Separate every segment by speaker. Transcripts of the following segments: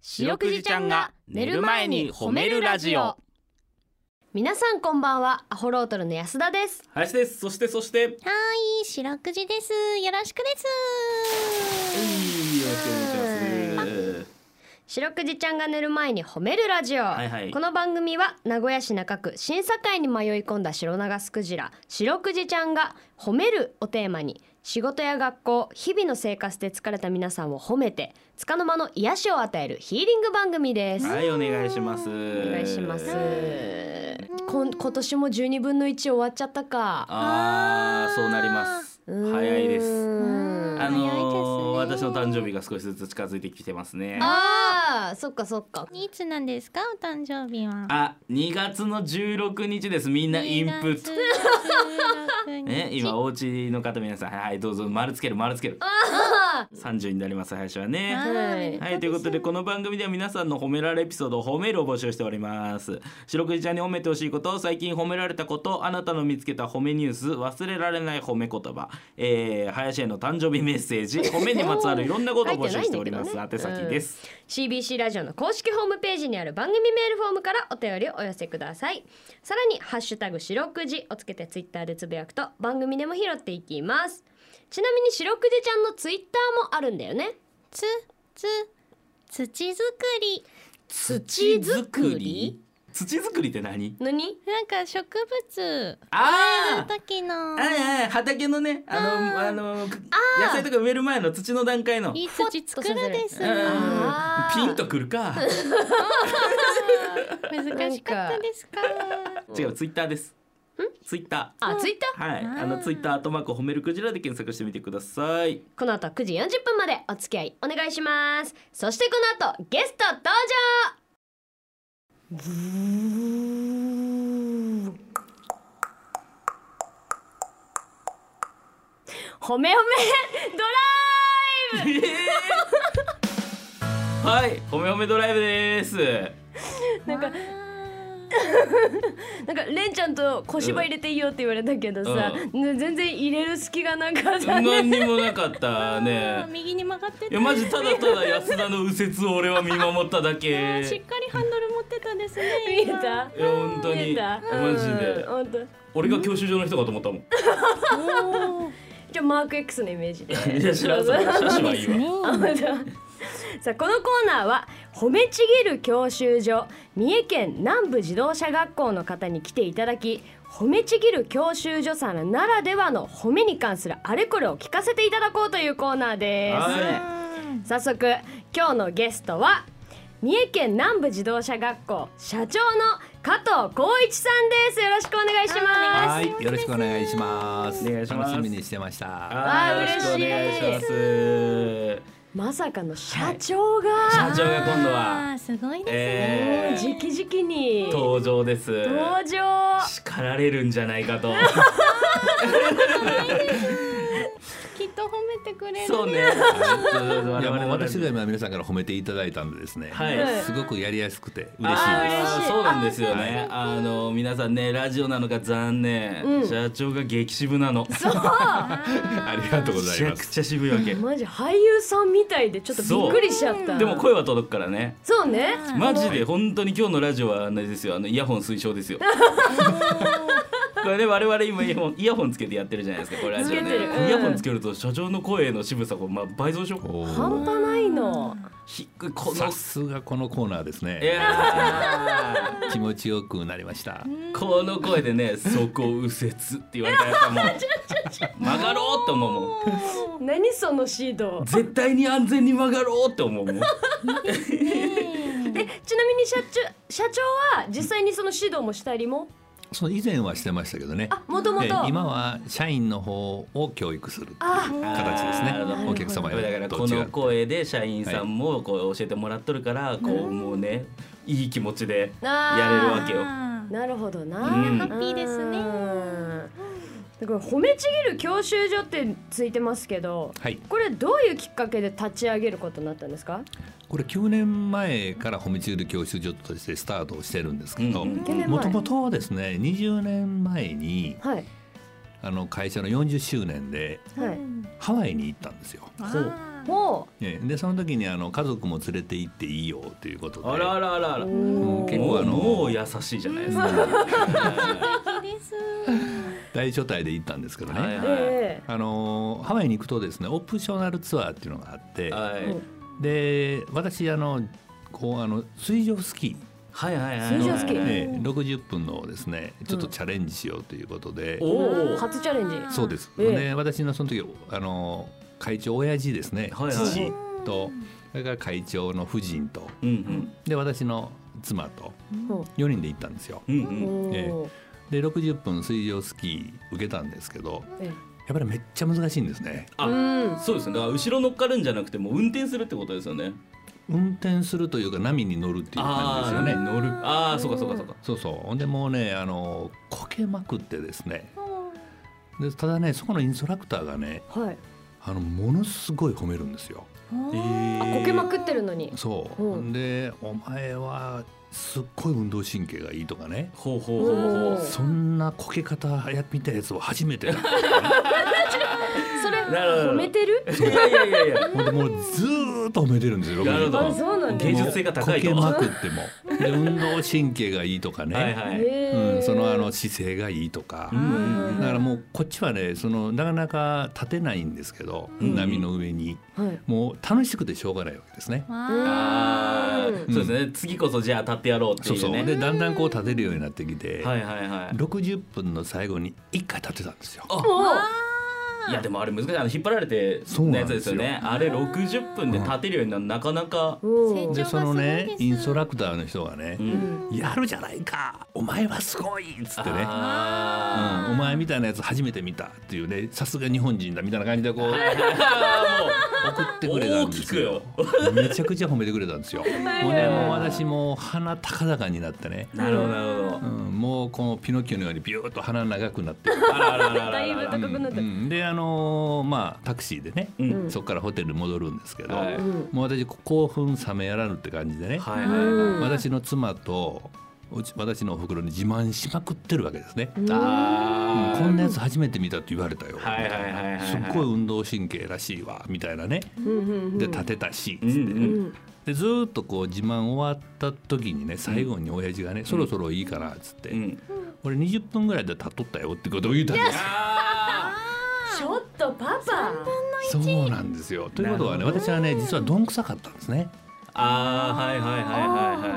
Speaker 1: 白くじちゃんが寝る前に褒めるラジオ
Speaker 2: 皆さんこんばんはアホロートルの安田です
Speaker 1: 林ですそしてそしてよろしく
Speaker 3: はい、白くじです。よろしくです。
Speaker 1: お願いします
Speaker 2: 白くじちゃんが寝る前に褒めるラジオ、
Speaker 1: はいはい
Speaker 2: この番組は名古屋市中区審査会に迷い込んだ白長スクジラ白くじちゃんが褒めるをテーマに仕事や学校日々の生活で疲れた皆さんを褒めて束の間の癒しを与えるヒーリング番組です、
Speaker 1: はいお願いしますお
Speaker 2: お願いしますこん今年も12分の1終わっちゃったか
Speaker 1: あーそうなります
Speaker 2: うーん
Speaker 1: 早いです
Speaker 3: うん
Speaker 1: あのー
Speaker 3: 早いです
Speaker 1: 私
Speaker 3: ね
Speaker 1: の誕生日が少しずつ近づいてきてますね
Speaker 2: あーそっかそっか
Speaker 3: いつなんですか、お誕生日は。
Speaker 1: あ2月の16日ですみんなインプット
Speaker 3: ト
Speaker 1: ね、今お家の方皆さんはいはいどうぞ丸つける丸つける30になります林はね
Speaker 2: はい
Speaker 1: はい、ということで、この番組では皆さんの褒められエピソード、褒めるを募集しております。白くじちゃんに褒めてほしいこと、最近褒められたこと、あなたの見つけた褒めニュース、忘れられない褒め言葉、えー、林への誕生日メッセージ、褒めにまつわるいろんなことを募集しております。
Speaker 2: 書いてないんだ
Speaker 1: 宛
Speaker 2: けどね
Speaker 1: 先です。
Speaker 2: CBC ラジオの公式ホームページにある番組メールフォームからお便りをお寄せくださいさらに「ハッシュタグ白くじ」をつけてツイッターでつぶやくと番組でも拾っていきますちなみに白くじちゃんのツイッターもあるんだよね
Speaker 3: つ、つ、土作り。
Speaker 2: 土作り
Speaker 1: 土作りって何
Speaker 2: 何
Speaker 3: なんか植物。
Speaker 1: あー
Speaker 3: 時
Speaker 1: あ
Speaker 3: の。
Speaker 1: ーあー畑のねあのあのく野菜とか植える前の土の段階の
Speaker 3: いい土作るです。
Speaker 1: うん
Speaker 2: あ
Speaker 1: ピ
Speaker 2: ー
Speaker 1: ンとくるか
Speaker 3: 難しかったですか。
Speaker 1: 違うツイッターですツイッター
Speaker 2: あツイッター
Speaker 1: はい、あのツイッターアートマーク褒めるクジラで検索してみてくださ い。
Speaker 2: この後9時40分までお付き合いお願いしますそしてこの後ゲスト登場ほめほめドライブ
Speaker 1: はい、褒め褒めドライブです。
Speaker 2: なんかなんかレンちゃんと小芝入れていいよって言われたけどさ、ね全然入れる隙がなかったね
Speaker 1: 何にもなかった
Speaker 3: あー
Speaker 1: ね。
Speaker 3: 右に曲がって
Speaker 1: い
Speaker 3: た
Speaker 1: や、マジただただ安田の右折を俺は見守っただけ。い
Speaker 3: あーし
Speaker 1: や
Speaker 3: っ、かりハンドル持ってたですね。
Speaker 2: 見え
Speaker 3: 今
Speaker 2: た
Speaker 1: 本当
Speaker 2: 見
Speaker 1: に、
Speaker 2: えた
Speaker 1: マジで
Speaker 2: う。ん本当
Speaker 1: 俺が教習所の人かと思ったもん。
Speaker 3: おー
Speaker 2: じゃあマーク X のイメージで
Speaker 1: いや、知らん ぞ。写真はいいわ。
Speaker 2: あ本当 さあこのコーナーは褒めちぎる教習所三重県南部自動車学校の方に来ていただき褒めちぎる教習所さんならではの褒めに関するあれこれを聞かせていただこうというコーナーです。
Speaker 1: は
Speaker 2: 早速今日のゲストは三重県南部自動車学校社長の加藤光一さんですよろしくお願いします
Speaker 4: はい、よろしくお願いします。
Speaker 1: お願いします
Speaker 4: 楽しみにしてまし
Speaker 1: い。
Speaker 4: た。
Speaker 1: あ
Speaker 2: わ
Speaker 1: ー
Speaker 2: ー
Speaker 1: よろしくお願いし
Speaker 2: 嬉
Speaker 1: ま
Speaker 2: しい
Speaker 1: す。
Speaker 2: まさかの社長が、
Speaker 1: 社長が今度は
Speaker 3: あーすごいですね。
Speaker 2: 直
Speaker 1: え
Speaker 2: 々に登
Speaker 1: 登場です。
Speaker 2: 場
Speaker 1: 叱られるんじゃないか と。
Speaker 3: きっと褒めてくれる、ね。
Speaker 1: そう ね。
Speaker 4: いや、もう私が
Speaker 1: も。
Speaker 4: 今皆さんから褒めていただいたんでですね。
Speaker 1: はい
Speaker 4: すごくやりやすくて嬉しい
Speaker 1: あ
Speaker 4: で
Speaker 1: ー
Speaker 2: 嬉しい
Speaker 1: そうなんですよね。あの皆さんねラジオなのか残念、社長が激渋なの。
Speaker 4: す。ありがとうご
Speaker 1: め
Speaker 4: ざ
Speaker 1: ち
Speaker 4: い
Speaker 1: ゃ
Speaker 4: ま
Speaker 1: く
Speaker 4: す。
Speaker 1: ちゃ渋いわ け。
Speaker 2: マジ俳優さんみたいでちょっとびっくりしちゃった
Speaker 1: でも声は届くからね。
Speaker 2: そうね
Speaker 1: マジで本当に今日のラジオはあれですよあのイヤホン推奨です よ。これね我々今イヤホンイヤホンつけてやってるじゃないですかこれラジオ
Speaker 2: つけ
Speaker 1: ね
Speaker 2: てるうん
Speaker 1: イヤホンつけると社長の声の渋さがまあ倍増しよう。
Speaker 4: お
Speaker 2: 半
Speaker 4: ー
Speaker 2: 端ないの
Speaker 1: 低いこの
Speaker 4: さすがこのコーナーです
Speaker 1: い
Speaker 4: ね。
Speaker 1: やー
Speaker 4: 気持ちよくなりました。
Speaker 1: この声でね「そこ右折」って言われたらやっぱもう曲がろうって思うもん
Speaker 2: 何そのシード
Speaker 1: 絶対に安全に曲がろうって思うもん
Speaker 2: えちなみに社長社長は実際にその指導もしたりも
Speaker 4: その以前はしてましたけどね。
Speaker 2: あもとも
Speaker 4: え
Speaker 2: と
Speaker 4: 今は社員の方を教育する
Speaker 2: あ
Speaker 4: 形ですね
Speaker 1: なるほ。ど
Speaker 4: お客様
Speaker 1: だからこの声で社員さんもこう教えてもらっとるからこうもうねいい気持ちでやれる わけよ。
Speaker 2: なるほどな、
Speaker 1: うん
Speaker 3: ハッピーですね
Speaker 2: うんだから褒めちぎる教習所ってついてますけど
Speaker 4: はい。
Speaker 2: これどういうきっかけで立ち上げることになったんですか
Speaker 4: これ9年前から褒めちぎる教習所としてスタートしてるんですけど、
Speaker 1: うん
Speaker 2: 9年前
Speaker 4: もともとはですね20年前に
Speaker 2: はい
Speaker 4: あの会社の40周年で
Speaker 2: はい
Speaker 4: ハワイに行ったんですよ。
Speaker 3: あー
Speaker 2: ほ
Speaker 4: ええでその時にあの家族も連れて行っていいよということで
Speaker 1: あらあらあらあら
Speaker 2: う。
Speaker 4: ん
Speaker 2: おー
Speaker 4: 結構あの
Speaker 1: もう優しいじゃないですか。は
Speaker 3: 好きです。
Speaker 4: 大所帯で行ったんですけどね、
Speaker 1: はいはい
Speaker 2: え
Speaker 4: あのーハワイに行くとですねオプショナルツアーっていうのがあって、
Speaker 1: いはい
Speaker 2: うん
Speaker 4: で私あのこうあの水上スキー
Speaker 1: はいはいはい。
Speaker 2: 水上スキー
Speaker 1: はいはいはい
Speaker 4: ええ60分のをですねちょっとチャレンジしようということで、
Speaker 1: お
Speaker 2: え
Speaker 1: お。
Speaker 2: 初チャレンジ
Speaker 4: そうです、
Speaker 2: ええ
Speaker 4: で私のその時あの会長親父ですね、
Speaker 1: はいはい
Speaker 4: 父 とそれから会長の夫人と
Speaker 1: うん
Speaker 4: で私の妻と
Speaker 2: うん
Speaker 4: 4人で行ったんですよ
Speaker 1: うんうんうん。
Speaker 2: おー
Speaker 4: えで60分水上スキー受けたんですけど
Speaker 2: ええ
Speaker 4: やっぱりめっちゃ難しいんですね
Speaker 1: あ
Speaker 2: うん
Speaker 1: そうですね。だから後ろ乗っかるんじゃなくてもう運転するってことですよね。
Speaker 4: 運転するというか波に乗るっていう感じですよね
Speaker 1: 乗る。ああそうかそうかそうか。
Speaker 4: そうそうほんでもうねあのこけまくってですねでただねそこのインストラクターがね
Speaker 2: はい
Speaker 4: あのものすごい褒めるんですよ
Speaker 1: え
Speaker 2: あこけまくってるのに
Speaker 4: そう、
Speaker 2: うん
Speaker 4: でお前はすっごい運動神経がいいとかね
Speaker 1: ほうほうほうほ
Speaker 4: そんなこけ方やってみたやつは初めてだ
Speaker 2: それ
Speaker 1: なるほ
Speaker 2: 褒
Speaker 1: ど
Speaker 2: めてる
Speaker 1: う。いやいやいやいや。
Speaker 4: ほんでもうずーっと褒めてるんですよ
Speaker 1: なるほど
Speaker 2: あそうなんだ
Speaker 1: 芸術性が高いと
Speaker 4: こけまくってもで運動神経がいいとかね
Speaker 1: はいはい。
Speaker 2: へー
Speaker 4: うん、そのあの姿勢がいいとか、
Speaker 1: うんうん
Speaker 4: だからもうこっちはねそのなかなか立てないんですけど、
Speaker 1: うん
Speaker 4: 波の上に
Speaker 2: はい
Speaker 4: もう楽しくてしょうがないわけですね。
Speaker 3: わ
Speaker 1: ああ
Speaker 2: うん
Speaker 1: そうですね。次こそじゃあ立ってやろうって
Speaker 4: そう
Speaker 1: い
Speaker 4: そうう
Speaker 1: ね。
Speaker 4: でだんだんこう立てるようになってきて、
Speaker 1: はいはいはい。
Speaker 4: 60分の最後に1回立てたんですよ。
Speaker 1: あ
Speaker 2: おー
Speaker 1: いやでもあれ難しいあの引っ張られて
Speaker 4: そう
Speaker 1: な
Speaker 4: な
Speaker 1: や
Speaker 4: ん
Speaker 1: つで
Speaker 4: ですす
Speaker 1: よ
Speaker 4: よ
Speaker 1: ねあれ60分で立てるようになるなかなか、
Speaker 2: うん
Speaker 3: 成
Speaker 4: で
Speaker 3: 長
Speaker 4: その
Speaker 3: すご
Speaker 4: ね
Speaker 3: いです
Speaker 4: インストラクターの人がね
Speaker 1: う、
Speaker 2: うん
Speaker 4: 「やるじゃないかお前はすごい!」っつってね。うん
Speaker 1: あ
Speaker 4: お前みたいなやつ初めて見たっていうねさすが日本人だみたいな感じでこう
Speaker 1: ーあ
Speaker 4: 送ってくれたんですよ
Speaker 1: 大
Speaker 4: めちゃくちゃ褒めてくれたんですよもうねもう私もう鼻高々になってね
Speaker 1: ー、もうなるほどなるほど
Speaker 4: うん、もうこのピノキオのようにビューッと鼻長くなって、
Speaker 1: あらあらあらあら
Speaker 2: だいぶ
Speaker 1: あら
Speaker 2: 高くなった
Speaker 4: うんであのーまあタクシーでね、
Speaker 1: うん
Speaker 2: うん
Speaker 4: そこからホテルに戻るんですけど、
Speaker 1: はい
Speaker 2: うん
Speaker 4: もう私興奮冷めやらぬって感じでね、
Speaker 1: はいはいはい
Speaker 2: うん
Speaker 4: 私の妻とうち私のお袋に自慢しまくってるわけですね、
Speaker 2: うん
Speaker 1: あー
Speaker 4: こんなやつ初めて見たって言われたよ、
Speaker 1: はいはいはいはい
Speaker 4: すっごい運動神経らしいわみたいなね
Speaker 2: うんうん
Speaker 4: で立てたし、
Speaker 1: うんう
Speaker 2: うんん
Speaker 4: でずーっとこう自慢終わった時にね最後に親父がね、そろそろいいかなっつって、
Speaker 1: うん
Speaker 4: 俺20分ぐらいで立っとったよってことを言ったんです
Speaker 1: あ
Speaker 2: ちょっとパパ
Speaker 4: そうなんですよということはね
Speaker 1: なる
Speaker 4: 私はね実はどんくさかったんですね、
Speaker 1: ーあーはいはいはい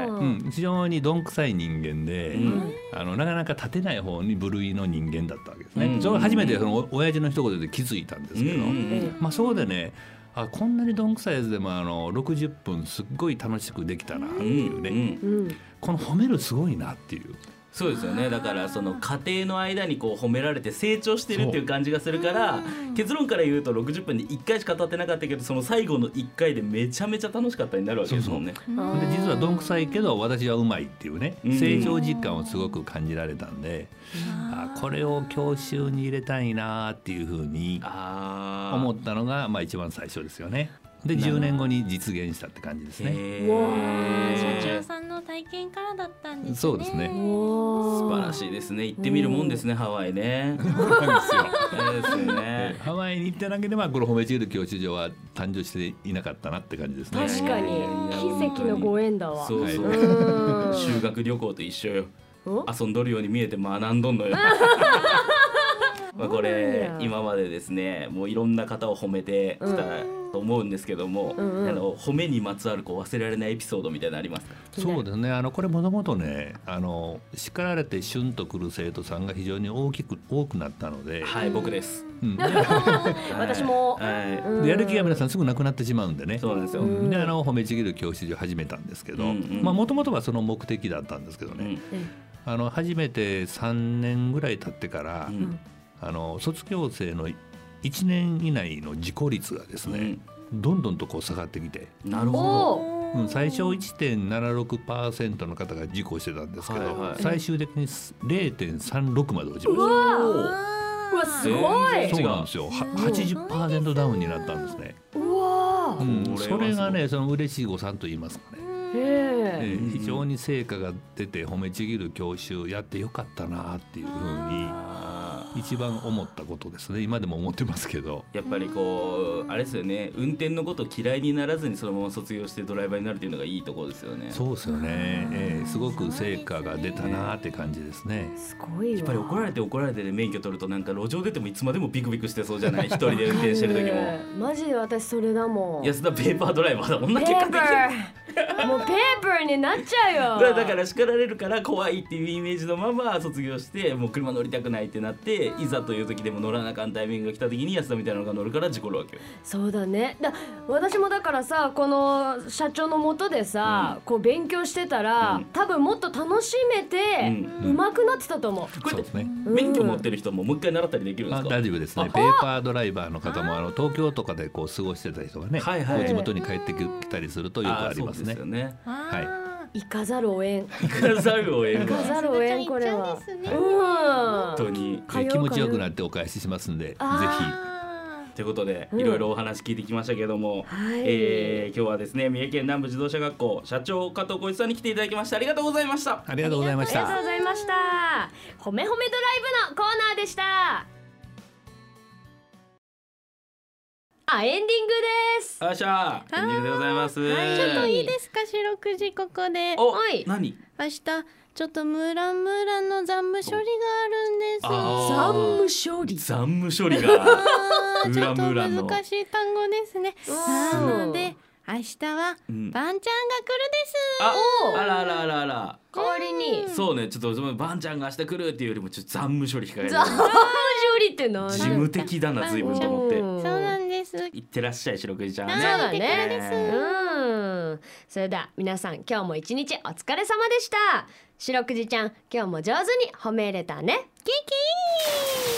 Speaker 1: はいは
Speaker 4: う、
Speaker 2: うん
Speaker 4: 非常にどんくさい人間で、
Speaker 1: いうん
Speaker 4: あのなかなか立てない方に部類の人間だったわけですね、
Speaker 1: うん
Speaker 4: それを初めてその親父の一言で気づいたんですけど、
Speaker 1: うんうん
Speaker 4: まあそうでねあこんなにどんくさいやつでもあの60分すっごい楽しくできたなって
Speaker 1: うんう
Speaker 4: いうね、
Speaker 1: ん
Speaker 2: うん
Speaker 4: この褒めるすごいなっていう
Speaker 1: そうですよねだからその家庭の間にこう褒められて成長してるっていう感じがするから結論から言うと60分で1回しか経ってなかったけどその最後の1回でめちゃめちゃ楽しかったになるわけですもんね。
Speaker 2: うん
Speaker 4: で実はどんくさいけど私はうまいっていうね
Speaker 1: うん
Speaker 4: 成長実感をすごく感じられたんで、あこれを教習に入れたいなっていうふうに
Speaker 1: あー
Speaker 4: 思ったのがまあ一番最初ですよね。で
Speaker 1: なるほど
Speaker 4: 10年後に実現したって感じですね。
Speaker 1: へー
Speaker 2: わ
Speaker 3: 社長さんの体験からだったんですね。
Speaker 4: そうですね
Speaker 1: 素
Speaker 2: 素
Speaker 1: 晴らしいですね行ってみるもんですねハワイね。
Speaker 4: そうなんです
Speaker 1: そ
Speaker 4: よ
Speaker 1: うですよ ね。
Speaker 4: ハワイに行ってなければこの褒めちぎる教習所は誕生していなかったなって感じですね。
Speaker 2: 確かに
Speaker 1: いやいやいや
Speaker 2: 奇跡のご縁だわ
Speaker 1: そうそうう。
Speaker 2: ん
Speaker 1: 修学旅行と一緒よ。
Speaker 2: お
Speaker 1: 遊んどるように見えて学んどん のよ。まあこれ今までですねもういろんな方を褒めてきたと思うんですけども、
Speaker 2: うんうん
Speaker 1: あの褒めにまつわるこう忘れられないエピソードみたいなのありますか、
Speaker 4: そうですねあのこれもともとねあの叱られてシュンとくる生徒さんが非常に大きく多くなったので、
Speaker 1: はい僕です、
Speaker 4: うん
Speaker 1: はい
Speaker 2: 私も
Speaker 1: はい
Speaker 2: うん
Speaker 4: でやる気が皆さんすぐなくなってしまうんでね。
Speaker 1: そうなんですよ、
Speaker 2: うん
Speaker 4: であの褒めちぎる教室を始めたんですけど
Speaker 1: うんうん
Speaker 4: もともとはその目的だったんですけど
Speaker 1: う
Speaker 4: ね、
Speaker 1: ん
Speaker 4: あの初めて3年ぐらい経ってから、
Speaker 1: うん
Speaker 4: あの卒業生の1年以内の自己率がですね、どんどんとこう下がってきて、
Speaker 1: うんなる
Speaker 2: お
Speaker 1: ほ
Speaker 4: うん、最初1.76%の方が事故してたんですけど、
Speaker 1: はいはい
Speaker 4: 最終的に0.36まで落ち
Speaker 2: う
Speaker 4: まし
Speaker 1: ど
Speaker 2: わ
Speaker 3: あ
Speaker 2: うわすご
Speaker 1: 全
Speaker 2: い
Speaker 1: 然
Speaker 4: た。そうなんですよ。は80%ダウンになったんですね。
Speaker 2: うわ
Speaker 4: うん、
Speaker 1: これはすご
Speaker 4: そ
Speaker 1: い
Speaker 4: れがね、その嬉しい誤算と言いますかね。
Speaker 2: へえ
Speaker 4: え
Speaker 1: うん
Speaker 4: ー非常に成果が出て褒めちぎる教習やってよかったなっていうふう
Speaker 1: ど。
Speaker 4: に
Speaker 1: あ
Speaker 4: 一番思ったことですね今でも思ってますけど
Speaker 1: やっぱりこうあれですよね運転のこと嫌いにならずにそのまま卒業してドライバーになるっていうのがいいところですよね
Speaker 4: そうですよね、ええすごく成果が出たなーって感じですね。
Speaker 2: すごいわ
Speaker 1: やっぱり怒られて怒られてで免許取るとなんか路上出てもいつまでもビクビクしてそうじゃない 一人で運転してる時も
Speaker 2: マジで私それだもん
Speaker 1: 安田ペーパードライバーだもんな
Speaker 2: ペ
Speaker 1: 結果
Speaker 2: ー
Speaker 1: 的
Speaker 2: パ
Speaker 1: に
Speaker 2: ーもうペーパーになっちゃうよ
Speaker 1: だから叱られるから怖いっていうイメージのまま卒業してもう車乗りたくないってなっていざという時でも乗らなあかんタイミングが来た時に安田みたいなのが乗るから事故るわけよ
Speaker 2: そうだねだ私もだからさこの社長のもとでさ、こう勉強してたら、
Speaker 1: うん
Speaker 2: 多分もっと楽しめて
Speaker 1: う
Speaker 2: うま、くなってたと思う、
Speaker 1: こ
Speaker 4: そう
Speaker 1: れっ
Speaker 4: ですね。
Speaker 1: て免許持ってる人ももう一回習ったりできるんで
Speaker 4: あ
Speaker 1: すか、
Speaker 4: 大丈夫ですね。ペーパードライバーの方もあの東京とかでこう過ごしてた人がね、
Speaker 1: はいはい
Speaker 4: こう地元に帰ってきたりするとよくあります
Speaker 1: あーそうで
Speaker 4: ね
Speaker 1: す。よね
Speaker 3: あ
Speaker 2: 行かざるを得ん
Speaker 1: 行かざるを得ん
Speaker 2: 行か
Speaker 1: わ
Speaker 2: ざるを得んこれは
Speaker 3: 行っちゃうんですね
Speaker 2: うん
Speaker 1: 本当に
Speaker 4: えー気持ちよくな
Speaker 2: る
Speaker 4: ってお返ししますんで、ぜ
Speaker 3: ー
Speaker 2: あ
Speaker 3: あ
Speaker 1: ということで、
Speaker 2: うん
Speaker 1: いろいろお話聞いてきましたけども、
Speaker 2: はい
Speaker 1: えー今日はですね三重県南部自動車学校社長加藤浩一さんに来ていただきましてありがとうございました
Speaker 4: ひありがとうございまし
Speaker 2: ありがとう
Speaker 4: た。
Speaker 2: ございました褒め褒めドライブのコーナーでしたあエンディングです
Speaker 1: あっしゃーエンディングでございます、
Speaker 3: ーちょっといい
Speaker 2: す
Speaker 3: ですか白く時ここで
Speaker 1: お、
Speaker 2: はい
Speaker 1: 何
Speaker 3: 明日ちょっとムーランムーランの残務処理があ
Speaker 1: あー
Speaker 2: 務処理
Speaker 1: 残務処理が
Speaker 3: るんですあ
Speaker 1: ムーラ
Speaker 3: ー
Speaker 1: ンムーラ
Speaker 3: ちょ
Speaker 1: ンの
Speaker 3: っと難しい単語ですねな
Speaker 2: そう
Speaker 3: ので明日は
Speaker 1: うん
Speaker 3: バンちゃんが来るです
Speaker 1: あ
Speaker 2: おー
Speaker 1: あらあらあらあら
Speaker 2: 代わりに
Speaker 1: そうねちょっとそのばんちゃんが明日来るっていうよりもちょっと残務処理控え る
Speaker 2: 残務処理って何
Speaker 1: 事務的だな随分と思って
Speaker 2: うん
Speaker 3: そうなんです
Speaker 1: いってらっしゃい白くじちゃん
Speaker 3: そう
Speaker 2: そうだ
Speaker 3: 素敵なんです
Speaker 2: ね。うん。それでは皆さん今日も一日お疲れ様でした。白くじちゃん今日も上手に褒め入れたね。キキー。